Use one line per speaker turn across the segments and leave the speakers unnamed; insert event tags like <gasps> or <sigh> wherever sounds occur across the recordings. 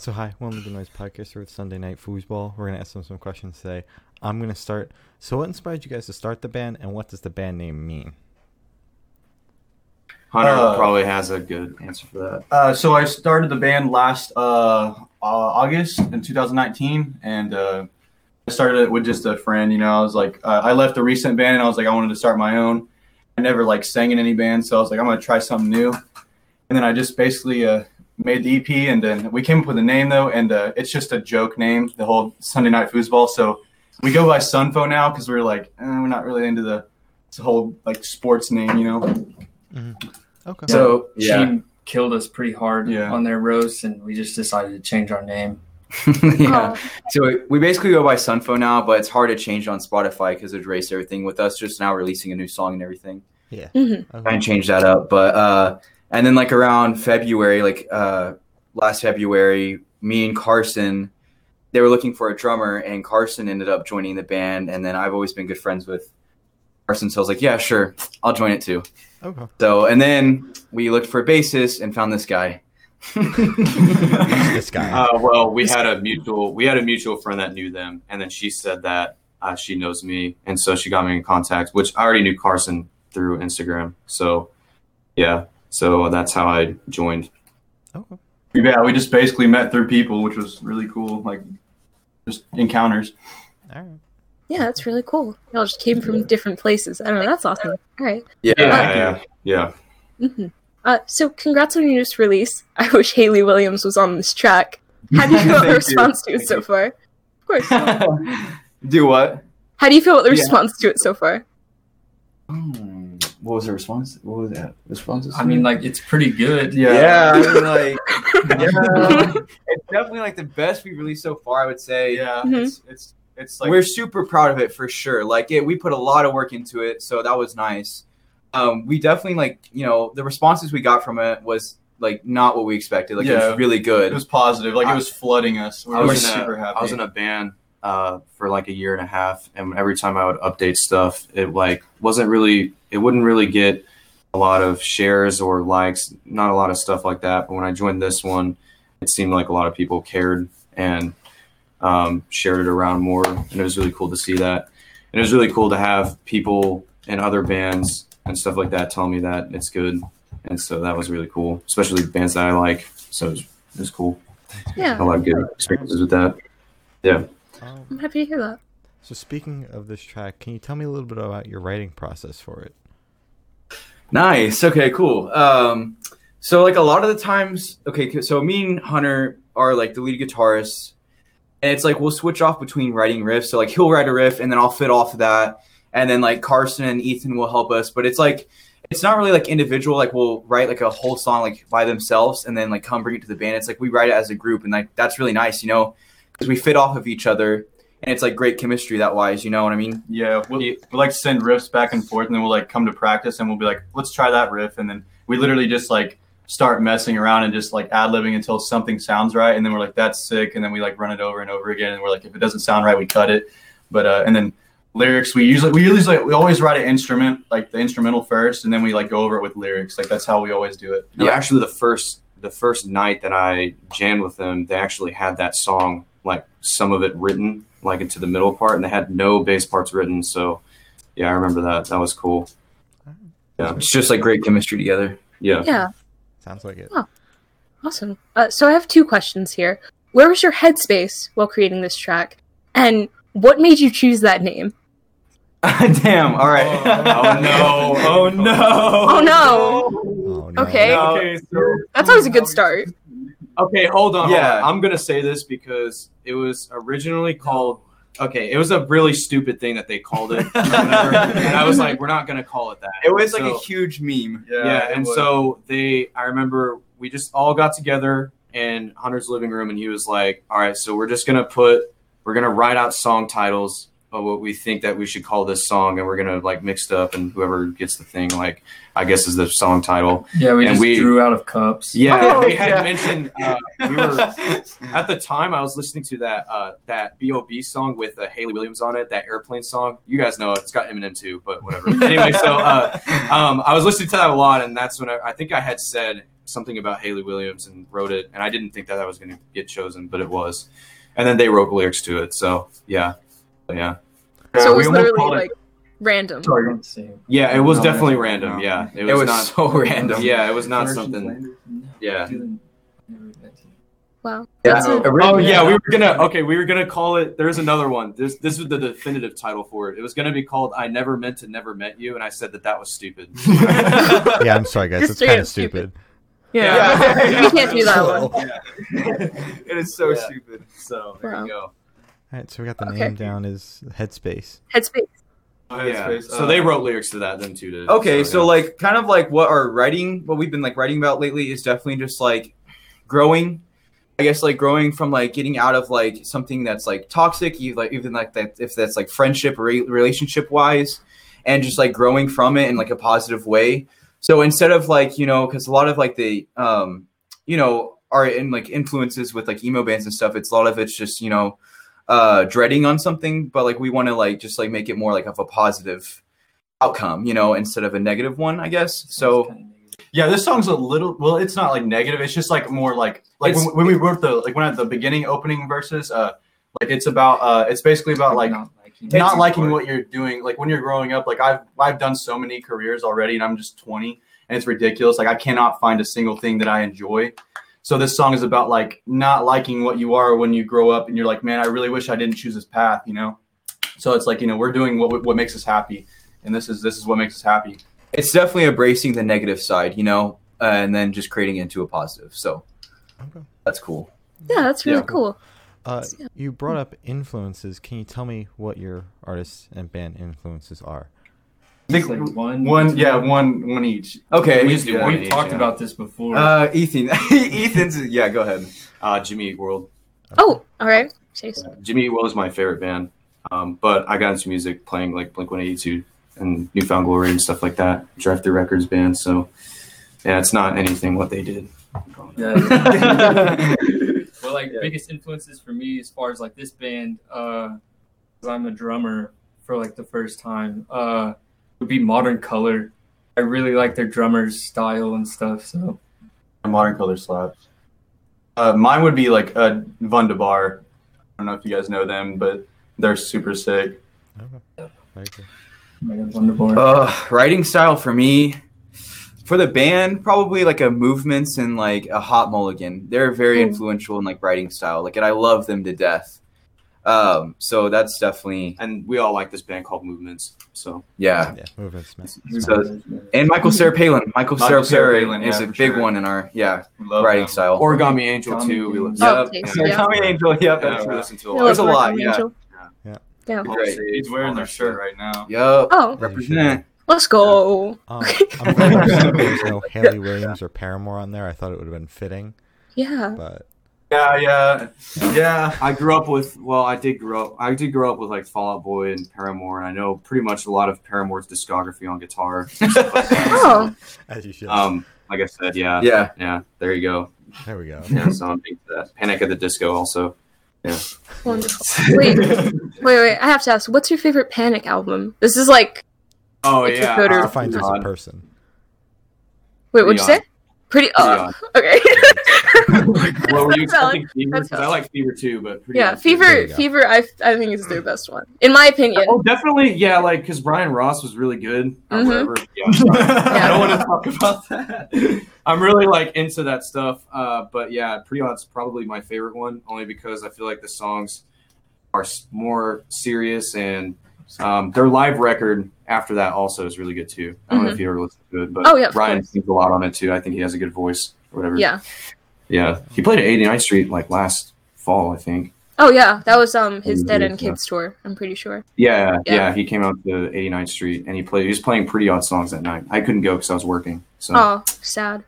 So hi, welcome to the Noise Podcast here with Sunday Night Foosball. We're gonna ask them some questions today. I'm gonna start. So what inspired you guys to start the band, and what does the band name mean?
Hunter
Uh,
probably has a good answer for that.
Uh, so I started the band last uh, uh, August in 2019, and uh, I started it with just a friend. You know, I was like, uh, I left a recent band, and I was like, I wanted to start my own. I never like sang in any band, so I was like, I'm gonna try something new. And then I just basically uh, made the EP, and then we came up with a name though, and uh, it's just a joke name, the whole Sunday Night Foosball. So we go by Sunfo now because we are like, eh, we're not really into the this whole like sports name, you know.
Okay.
So
Yeah.
she killed us pretty hard
Yeah.
on their roast, and we just decided to change our name.
<laughs> yeah. So we basically go by Sunfo now, but it's hard to change on Spotify because it race everything with us just now releasing a new song and everything.
yeah.
Mhm.
Try and
Okay.
change that up. But uh and then like around February, like uh last February, me and Carson they were looking for a drummer and Carson ended up joining the band and then I've always been good friends with Carson, so I was like, Yeah, sure, I'll join it too.
Okay.
So and <laughs> then we looked for a bassist and found this guy.
<coughs> This guy.
Uh, well, we had a mutual we had a mutual friend that knew them, and then she said that uh, she knows me, and so she got me in contact, which I already knew Carson through Instagram. So, yeah, so that's how I joined.
okay.
Yeah, we just basically met through people, which was really cool. Like just encounters.
All right.
Yeah, that's really cool. Y'all just came from different places. I don't know. That's awesome. All right.
Yeah.
Yeah, yeah, yeah.
Mm-hmm. Uh, so, congrats on your newest release. <laughs> I wish Haley Williams was on this track. How
<laughs>
do you feel about the
Thank you.
response to it so far? Of
<laughs>
course.
<laughs> Do what?
How do you feel about the
Yeah.
response to it so
<laughs>
far?
Hmm. What was the response? What was that? Responses?
I mean, like it's pretty good.
Mm-hmm. yeah, I mean, like,
Uh,
yeah. it's definitely like the best we've released so far. I would say,
Yeah,
Mhm.
it's it's it's like
we're super proud of it for sure. Like, it, we put a lot of work into it, so that was nice. Um, we definitely like, you know, the responses we got from it was like not what we expected. Like, it
Yeah.
was really
it
good.
was positive. Like it was flooding us. We
I
were
was in a-
super happy.
I was in a band uh, for like a year and a half, and every time I would update stuff, it like wasn't really, it wouldn't really get a lot of shares or likes, not a lot of stuff like that. But when I joined this one, it seemed like a lot of people cared and um, shared it around more, and it was really cool to see that. And it was really cool to have people in other bands and stuff like that tell me that it's good, and so that was really cool, especially bands that I like. So it was, it was cool. A
Yeah,
lot of good experiences with that.
Um,
I'm happy to hear that.
so speaking of this track, can you tell me a little bit about your writing process for it?
Nice. Okay, cool. Um, so like a lot of the times, okay, c- so me and Hunter are like the lead guitarists, and it's like we'll switch off between writing riffs. So like he'll write a riff, and then I'll fit off of that, and then like Carson and Ethan will help us. But it's like it's not really like individual. Like we'll write like a whole song like by themselves, and then like come bring it to the band. It's like we write it as a group, and like that's really nice, you know, because we fit off of each other, and it's like great chemistry that wise. You know what I mean?
yeah, we'll, we like send riffs back and forth, and then we'll like come to practice, and we'll be like, let's try that riff, and then we literally just like start messing around and just like ad libbing until something sounds right, and then we're like, that's sick, and then we like run it over and over again, and we're like, if it doesn't sound right, we cut it. But uh, and then lyrics, we usually we usually like, we always write an instrument like the instrumental first, and then we like go over it with lyrics. Like that's how we always do it.
No,
Yeah.
actually, the first the first night that I jammed with them, they actually had that song like some of it written like into the middle part, and they had no bass parts written. So yeah, I remember that. That was cool.
It's just like great chemistry together.
Yeah.
Yeah,
Sounds like it.
awesome. Uh, so, I have two questions here. Where was your headspace while creating this track? And what made you choose that name?
Damn. All right. Oh
Oh,
no.
Oh, no.
Oh, no.
Okay.
No.
so
That's always a good start.
Uh, Okay, hold on.
Yeah.
Yeah, I'm gonna say this because it was originally called. Okay, it was a really stupid thing that they called it, or whatever, and I was like, we're not gonna call it that.
It was like
So-
a huge meme.
Yeah,
yeah,
it
and
was.
so they i remember we just all got together in hunter's living room and he was like all right so we're just gonna put we're gonna write out song titles of what we think that we should call this song and we're gonna like mix it up and whoever gets the thing like i guess is the song title
Yeah, we
And
just
we-
drew out of cups.
yeah
Oh,
we had
yeah.
mentioned uh, we <laughs> were at the time i was listening to that uh that bob song with uh, haley williams on it that airplane song you guys know it it's got eminem uh, <laughs> too but whatever anyway so uh um, I was listening to that a lot, and that's when I, I think I had said something about Haley Williams and wrote it. And I didn't think that that was going to get chosen, but it was. And then they wrote lyrics to it. So yeah, But, yeah,
so it was
we almost
literally
called it.
like random.
Sorry, let's see.
yeah. It was
No,
definitely
no.
random. Yeah,
It was so <laughs> random.
Yeah, it was not something.
No,
Yeah.
dude, never meant to.
Wow.
Yeah.
That's a-
Oh yeah, we were gonna okay, we were gonna call it. There's another one. This this was the definitive title for it. It was gonna be called "I Never Meant to Never Met You," and I said that that
<laughs>
was stupid.
Yeah, I'm sorry, guys.
You're
It's kind
straight
of
up
stupid.
stupid.
Yeah. Yeah.
<laughs> You can't do that one.
it is so
Yeah.
stupid. So there
Wow.
you
<laughs>
go.
All right, so we got the
Okay.
name down as Headspace.
Headspace.
Yeah.
Headspace,
So
uh,
they wrote lyrics to that. Them two did.
Okay, so
yeah.
like kind of like what our writing, what we've been like writing about lately is definitely just like growing. I guess like growing from like getting out of like something that's like toxic, you like even like that if that's like friendship or re- relationship wise, and just like growing from it in like a positive way. So instead of like you know, because a lot of like the um you know are in like influences with like emo bands and stuff. It's a lot of it's just you know uh dreading on something, but like we want to like just like make it more like of a positive outcome, you know, instead of a negative one, I guess. So
Yeah, this song's a little. Well, it's not like negative. It's just like more like like when,
It's-
when we wrote the like when at the beginning opening verses. Uh, like it's about uh, it's basically about like
not liking.
not
It's-
liking what you're doing. Like when you're growing up, like I've I've done so many careers already, and I'm just 20, and it's ridiculous. Like I cannot find a single thing that I enjoy. So this song is about like not liking what you are when you grow up, and you're like, man, I really wish I didn't choose this path, you know. So it's like you know we're doing what what makes us happy, and this is this is what makes us happy.
it's definitely embracing the negative side, you know, uh, and then just creating it into a positive. So
Okay.
that's cool.
Yeah, that's really
Yeah.
cool.
Uh,
Yeah.
you brought up influences. Can you tell me what your artists and band influences are?
I think
Like one,
one yeah one one each.
Okay,
We just do
yeah.
one
We've
each,
talked
yeah.
about this before.
Uh, Ethan, <laughs> Ethan's yeah. Go ahead.
uh, Jimmy Eat World.
Oh, all right. Chase.
Jimmy Eat World is my favorite band, um, but I got into music playing like Blink One Eighty Two and Newfound Glory and stuff like that. Drive Through Records band. So yeah, it's not anything what they did.
yeah.
<laughs>
okay,
Well, like
Yeah.
biggest influences for me as far as like this band, uh, 'cause I'm a drummer for like the first time, uh, would be Modern Color. I really like their drummer's style and stuff. So
<laughs> Modern color slaps. Uh, mine would be like uh, Vundabar. I don't know if you guys know them, but they're super sick.
Okay. Very cool.
like, wonderful.
uh, writing style for me, for the band, probably like a movements and like a hot mulligan. They're very
Mm.
influential in like writing style. Like, and I love them to death. Um, so that's definitely
And we all like this band called Movements. So
yeah.
Yeah, moving smash.
So- And Michael
Hmm.
Sarah Palin, Michael,
Michael
Sarah
Sarah
Palin
Palin,
is
yeah,
a
for
big
sure.
one in our yeah
We love
writing
them.
style.
Origami Angel too. We listen.
Oh,
Yep.
Chase,
Sorry,
yeah.
Tommy Angel. Yep, that's
Yeah, we
right.
listen to a
Yeah,
lot.
There's a
Lord
lot,
Archangel.
Great.
He's wearing their shirt right now.
Yep.
Oh,
Represent.
let's go.
Um, I'm glad there's no- <laughs> there's no Haley Williams or Paramore on there. I thought it would have been fitting,
Yeah.
but
Yeah, yeah, yeah.
I grew up with well, I did grow up. I did grow up with like Fall Out Boy and Paramore, and I know pretty much a lot of Paramore's discography on guitar. and stuff like that.
<laughs> Oh,
as you should.
Um, like I said, yeah, yeah,
Yeah.
there you go.
there we
<laughs>
go.
Yeah, so I'm big to that. Panic at the Disco also.
wonderful.
<laughs>
Wait, wait, wait. I have to ask, what's your favorite Panic album? This is like,
Oh
It's
yeah,
a photo.
It
Or-
defines us a
God.
person.
wait, what'd you
Pretty
say? Pretty, uh, <laughs> okay. <laughs>
What were you
That's valid.
expecting? Fever?
That's
'Cause I like Fever too, but pretty
yeah,
much-
There you
Fever,
go.
Fever, I, I think is their best one, in my opinion.
Oh, definitely, yeah. Like, cause Brian Ross was really good. Or
Mhm.
whatever. Yeah, I'm sorry. <laughs> I don't want to talk about that. I'm really like into that stuff. Uh, but yeah, Pretty Odd's probably my favorite one, only because I feel like the songs are s- more serious and um, their live record after that also is really good too. I don't know if you ever listened to it, but
Mm-hmm. Oh, yeah, of
Ryan
course.
sings a lot on it too. I think he has a good voice or whatever.
Yeah.
Yeah. He played at 89th Street like last fall, I think.
Oh, yeah. That was um his
Mhm,
Dead End
yeah.
Kids tour, I'm pretty sure.
Yeah,
Yeah.
yeah, He came out to 89th Street and he played, he was playing Pretty Odd songs that night. I couldn't go because I was working. So,
Oh, sad.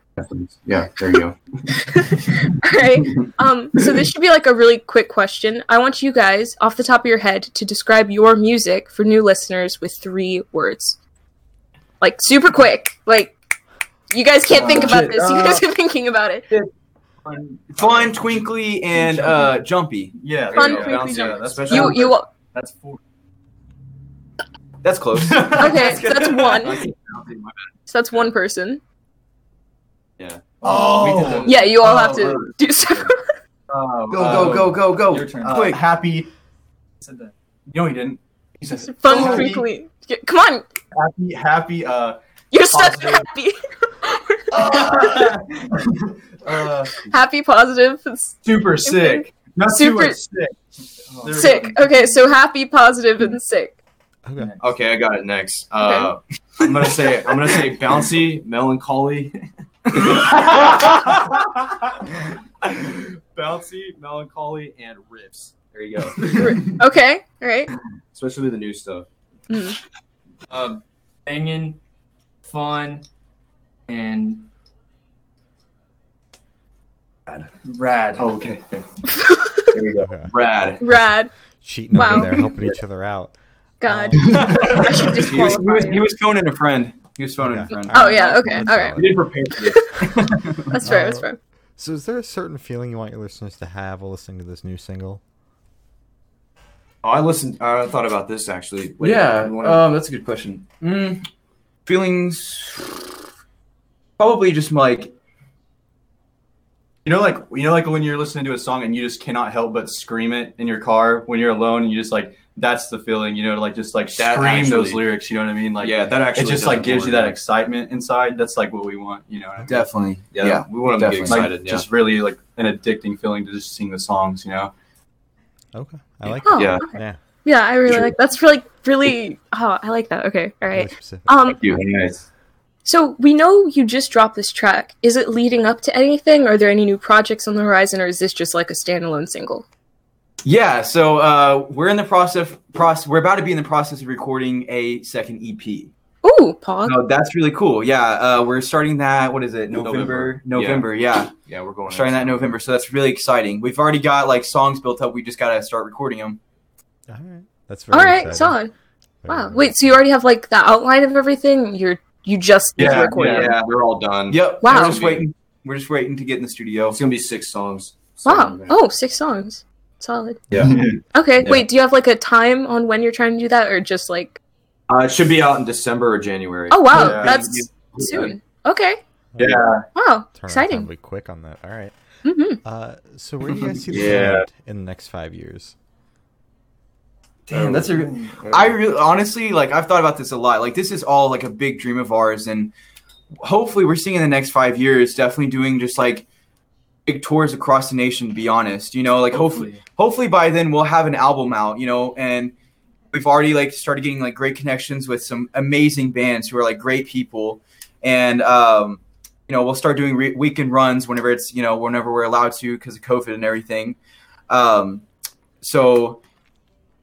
yeah, there you
<laughs>
go.
Alright. Um, so this should be like a really quick question. I want you guys, off the top of your head, to describe your music for new listeners with three words. Like super quick. Like you guys can't think
Oh,
about
shit.
this. You
Uh,
guys are thinking about it.
Fun, twinkly, and uh, jumpy.
Yeah,
Fun,
there you go.
twinkly,
Bouncy,
jumpy.
yeah, that's
Especially-
You you all-
That's four.
That's close.
okay, so that's
I
one.
think- I don't think my-
So that's one person.
Yeah.
We did
Oh,
the-
Yeah, you all have
Oh,
to do <laughs> stuff.
go,
Go, go, go, go, go.
Your turn.
Oh, Uh,
Quick.
Happy.
said that.
No, he didn't. He said,
Fun
Oh,
frequently. Yeah, Come on,
Happy, happy, uh, <laughs>
you're such
Positive.
happy,
uh,
happy, positive, it's
super sick. Not
Super-
super sick.
Oh,
There we
sick. Okay, so happy, positive, and sick.
Okay.
Okay, I got it next. Uh, I'm gonna say I'm gonna say bouncy, melancholy, bouncy, melancholy, and riffs. There you go.
Okay, all right.
Especially the new stuff.
Mm.
Um, banging, fun, and rad.
Oh, okay. okay.
There you go.
okay.
Brad.
Rad.
Cheating
Wow.
over there, helping each other out.
God,
<laughs>
Um,
I should
He was, he, was,
disqualify.
he
you.
was phoning a friend. He was phoning
Okay.
a friend.
Oh yeah. Okay. All
That's
right.
valid.
We didn't prepare for this.
That's fair. That's fair.
So, is there a certain feeling you want your listeners to have while listening to this new single?
Oh, I listened. I thought about this actually. Wait,
yeah,
you wanna-
um, that's a good question. Mm, feelings, probably just like
You know, like you know, like when you're listening to a song and you just cannot help but scream it in your car when you're alone, and you just like that's the feeling, you know, to like just like
That
scream those
actually-
lyrics. You know what I mean? Like,
yeah, that actually
it just like
doesn't
gives you
work.
that excitement inside. That's like what we want, you know. what I mean?
definitely.
Yeah, we want them to get
definitely.
like
excited. yeah.
just really like an addicting feeling to just sing the songs, you know.
Okay. I like
Oh,
Yeah.
okay.
Yeah.
Yeah, I really
Sure.
like. That's really, really. Oh, I like that. Okay. All
really
right.
specific.
Um.
Thank you. Nice.
So we know you just dropped this track. Is it leading up to anything? Are there any new projects on the horizon, or is this just like a standalone single?
Yeah, so uh, we're in the process. Process. We're about to be in the process of recording a second EP.
Ooh, Pog.
No, that's really cool. Yeah, uh, we're starting that. What is it? November.
November.
November. Yeah,
Yeah, we're going.
we're starting that in November. So that's really exciting. We've already got like songs built up. We just gotta start recording them.
All right. That's very
All right,
exciting.
solid.
Very
Wow.
good.
Wait, so you already have like the outline of everything? You're you just need to
Yeah,
record
Yeah,
it.
we're all done.
Yep.
Wow.
We're just waiting. We're just waiting to get in the studio.
It's gonna be six songs. So
Wow. Oh, six songs. Solid.
Yeah.
Okay.
Yeah.
Wait, do you have like a time on when you're trying to do that, or just like?
<laughs> Uh, it should be out in December or January.
Oh wow,
Yeah.
that's soon. Okay.
Yeah.
Wow.
Turnaround time
Exciting.
will be quick on that. All
<laughs>
right.
hmm
Uh, so where do you guys see the
Yeah.
band in the next five years?
Damn, that's a.
Oh.
I really, honestly, like I've thought about this a lot. Like this is all like a big dream of ours, and hopefully, we're seeing in the next five years definitely doing just like big tours across the nation. To be honest, you know, like hopefully, hopefully by then we'll have an album out, you know, and we've already like started getting like great connections with some amazing bands who are like great people, and um, you know, we'll start doing re- weekend runs whenever it's you know whenever we're allowed to because of COVID and everything. Um, so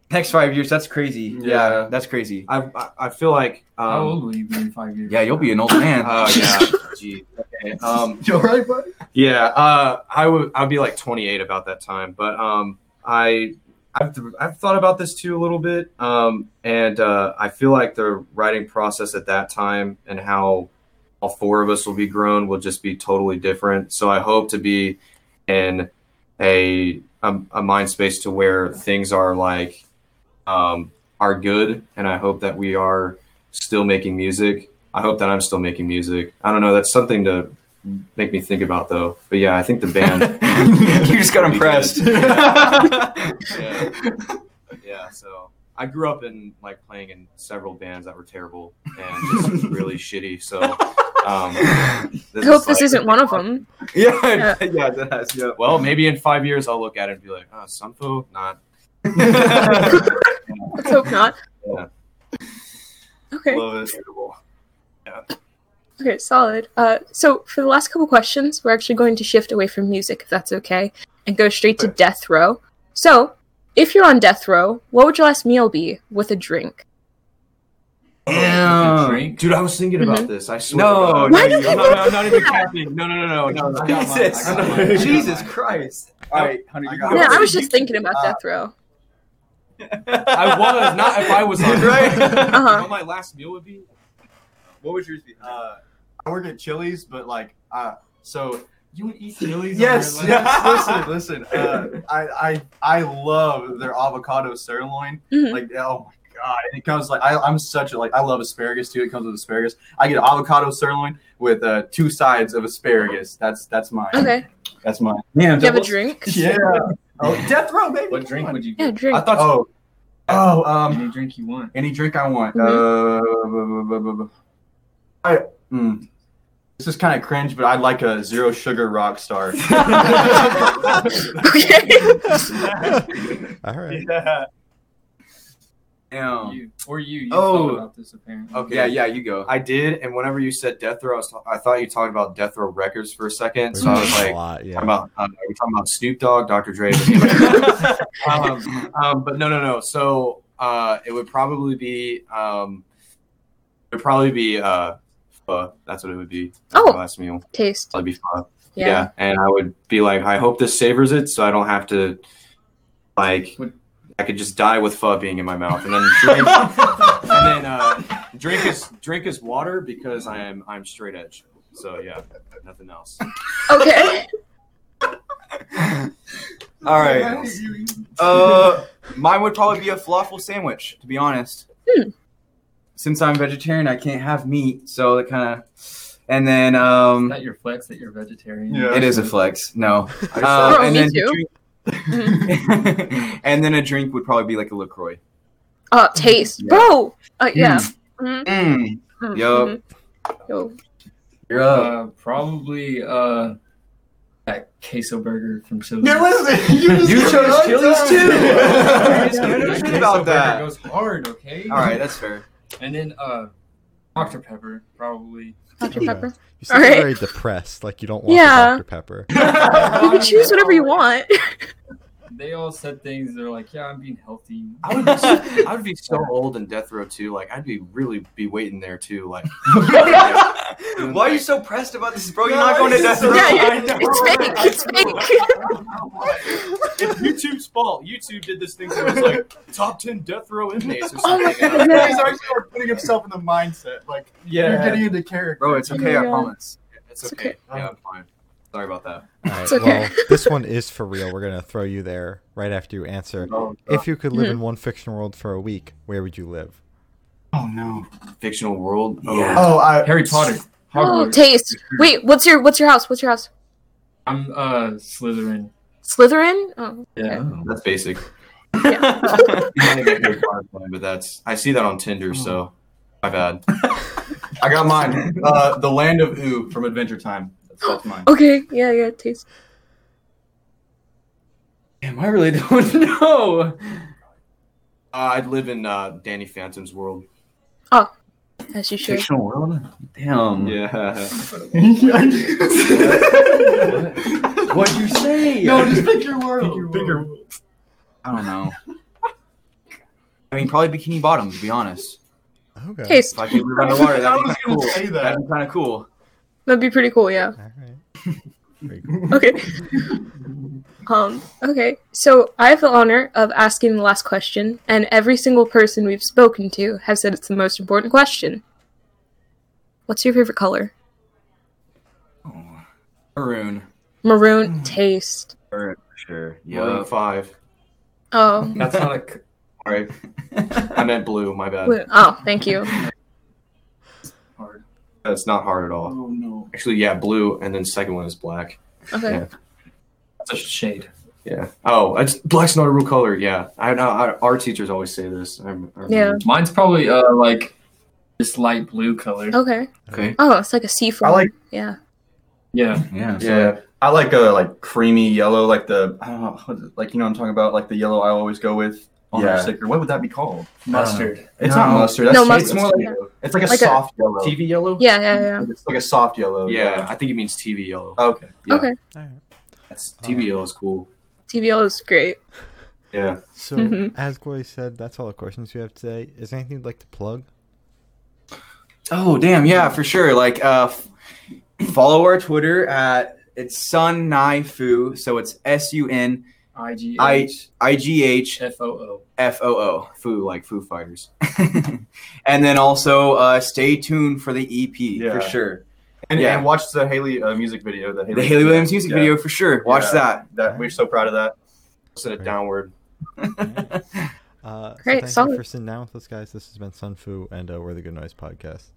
next five years, that's crazy. Yeah,
Yeah.
that's crazy.
I I, I feel like. Um,
How old will you be in five years?
Yeah, you'll be an old man.
Oh
<laughs>
<laughs>
yeah. Gee. Okay. <laughs> Um,
You all right, buddy?
Yeah, uh, I would. I'd be like 28 about that time. But um, I, I've, I've thought about this too a little bit, um, and uh, I feel like the writing process at that time and how all four of us will be grown will just be totally different. So I hope to be in a a, a mind space to where things are like um, are good, and I hope that we are still making music. I hope that I'm still making music. I don't know. That's something to make me think about though. But yeah, I think the band.
<laughs> you just got
<laughs>
impressed. <laughs>
yeah. yeah, so I grew up in like playing in several bands that were terrible and just
<laughs>
really shitty. So um,
I hope this
like-
isn't one of them.
yeah,
Yeah.
<laughs> yeah, that has. <laughs> Yeah.
Well, maybe in five years I'll look at it and be like, oh, Sunfo, not.
Let's hope not.
Yeah.
Okay.
Love it. Terrible.
Okay. Solid. Uh, so for the last couple questions, we're actually going to shift away from music, if that's okay, and go straight to death row. So, if you're on death row, what would your last meal be with a drink?
Damn.
Drink?
Dude, I was thinking about
Mhm.
this. I swear.
No,
to God.
Why
no,
do people
no, no,
do
not even
that?
capping. No, no, no, no, no.
got mine,
Jesus,
I got mine, I <laughs> got
Jesus
mine.
Christ! All right, honey, you
I
got
got
Yeah,
it.
I was just thinking about death row.
I was not if I was
<laughs>
on.
Right? <laughs>
Uh
You know
huh.
what my last meal would be?
What would yours be?
Uh, I work at Chili's, but like, uh, so you would eat Chili's?
Yes,
on your lunch?
yes.
listen, listen. Uh, I, I, I love their avocado sirloin.
Mhm.
Like, oh my god! And it comes like I, I'm such a like I love asparagus too. It comes with asparagus. I get avocado sirloin with uh, two sides of asparagus. That's that's mine.
Okay.
That's mine. Man,
Do you have a
double-
drink?
<laughs> Yeah. Oh, death row, baby.
What drink
Come on.
would you
Yeah,
get?
drink.
I thought. Oh. Oh. Um.
Any drink you want.
Any drink I want.
Mm-hmm.
Uh, bu- bu- bu- bu- I.
hmm.
Mm, this is kind of cringe, but I like a zero sugar rock star.
<laughs> okay.
All right.
yeah.
Damn.
You or you. You
Oh.
thought about this apparently.
Okay.
Yeah, yeah, you go.
I did, and whenever you said Death Row, I, was- I thought you talked about Death Row Records for a second. So I was
a
Mm-hmm.
like,
lot,
talking
yeah.
about, uh, are we talking about Snoop Dogg, Dr.
<laughs>
Dre? um, um, but no, no, no. So uh, it would probably be, um, it would probably be, uh, pho. that's what it would be.
Oh.
last meal,
Taste.
that'd be fun.
Yeah.
Uh, Yeah. and I would be like, I hope this savors it, so I don't have to, like,
Would-
I could just die with pho being in my mouth, and then
<laughs>
drink, and then uh, drink is drink is water because I am I'm straight edge. So yeah, nothing else.
Okay.
All right. Uh, mine would probably be a falafel sandwich, to be honest.
Hmm.
Since I'm vegetarian, I can't have meat, so that kind of. And then um,
Not your flex that you're vegetarian.
Yeah.
it is a flex. No. Uh,
saw
Bro,
and
me
then
too.
drink- <laughs> and then a drink would probably be like a Lacroix.
Uh, taste,
Yeah.
bro. Uh, yeah.
Mm.
Mm,
Yup.
mhm. Yo.
You're up.
Uh, probably uh, that queso burger from Chili's.
listening. You,
You chose
<laughs>
Chili's too.
Yeah.
I know
That
shit
queso
about
burger
that.
Goes hard, okay.
All right, that's fair.
And then uh, Dr Pepper probably.
Dr.
Okay.
Pepper.
You sound
All right.
very depressed, like you don't want
Yeah.
the Dr. Pepper.
You can choose whatever you want.
They all said things. They're like, "Yeah, I'm being healthy."
I would be
<laughs>
so, I would be so old in death row too. Like I'd be really be waiting there too.
<laughs>
Like
Why are you so pressed about this, bro? You're not going to death row.
Yeah, <laughs> <laughs> It's fake. It's fake.
it's YouTube's fault. YouTube did this thing that was like top ten death row inmates or
Oh my
something.
God. Yeah.
He's actually like, putting himself in the mindset. Like you're getting into character.
Bro, it's okay. I
Yeah.
promise.
It's okay. Yeah, I'm fine. Sorry about
All
that.
right,
<laughs> It's okay.
Well, this one is for real. We're gonna throw you there right after you answer.
Oh,
If you could
Mm-hmm.
live in one fictional world for a week, where would you live?
Oh no.
Fictional world.
Yeah.
Oh, I.
Harry Potter.
<gasps> Oh,
Hogwarts.
taste. Wait, what's your what's your house? What's your house?
I'm uh Slytherin.
Slytherin? Oh,
Yeah.
<laughs> That's basic. but that's I see that on Tinder, so
Mm.
my bad.
I got mine. Uh, the land of Ooh from Adventure Time. That's, that's mine.
okay. Yeah, yeah, taste.
Damn, I really <laughs> don't know.
Uh, I'd live in uh, Danny Phantom's world.
As you should.
Fictional world.
Mm.
Damn.
Yeah. <laughs>
What'd you <laughs> say?
pick your world.
Bigger
I don't know. <laughs> I mean, probably Bikini Bottom, to be honest.
Okay.
Taste.
If <laughs> I could live <laughs> underwater,
I
that'd be
was
kind of
gonna
cool.
say that.
That'd be kind of cool.
That'd be pretty cool,
<laughs>
yeah.
All right. Very
<laughs>
cool.
Okay. um, okay. So I have the honor of asking the last question, and every single person we've spoken to has said it's the most important question. What's your favorite color?
Oh. Maroon.
Hmm.
Maroon taste.
Sure.
Maroon
Yeah.
Five.
<laughs>
Oh.
That's not a. c-
All right. I meant blue. My bad.
blue- Oh, thank
<laughs>
you.
Hard.
That's not hard at all.
Oh no.
Actually, yeah, blue, and then second one is black.
Okay.
Yeah.
That's a shade.
Yeah. Oh, it's, black's not a real color. Yeah. I know. I, our teachers always say this. I, rem- I remember.
Yeah.
Mine's probably uh like this light blue color.
Okay.
<laughs> Okay.
Oh, it's like a seafoam.
I like.
yeah.
Yeah.
Yeah. so-
Yeah.
I like a like creamy yellow, like the I don't know, what is it, like you know what I'm talking about, like the yellow I always go with on our
Yeah.
sticker. What would that be called?
Mustard.
It's
No.
not mustard. That's
No,
it's
mustard's
more like it's like a
Like a-
soft yellow.
TV yellow.
Yeah, yeah, yeah.
It's like a soft yellow.
Yeah. I think it means TV yellow.
Oh,
Okay.
Yeah.
Okay.
All right.
That's TV
Oh.
yellow is cool.
TBL is great.
Yeah.
So,
Mhm.
as Glory said, that's all the questions we have today. Is there anything you'd like to plug?
Oh damn, yeah, for sure. Like uh f- follow our Twitter at it's Sun Nai Fu, so it's S U N
I G
I
H
I G H
F O O.
F O O.
Foo like Foo Fighters.
<laughs> And then also uh stay tuned for the EP
Yeah.
for sure.
And,
Yeah.
and watch the Haley uh, music video. The Haley,
The Haley Williams music
Yeah.
video for sure. Watch
Yeah.
that.
That we're so proud of that.
Set it downward.
<laughs>
All right. Uh, so
Great,
thank you
solid.
for sitting down with us, guys. This has been Sunfu, and uh, we're the Good Noise Podcast.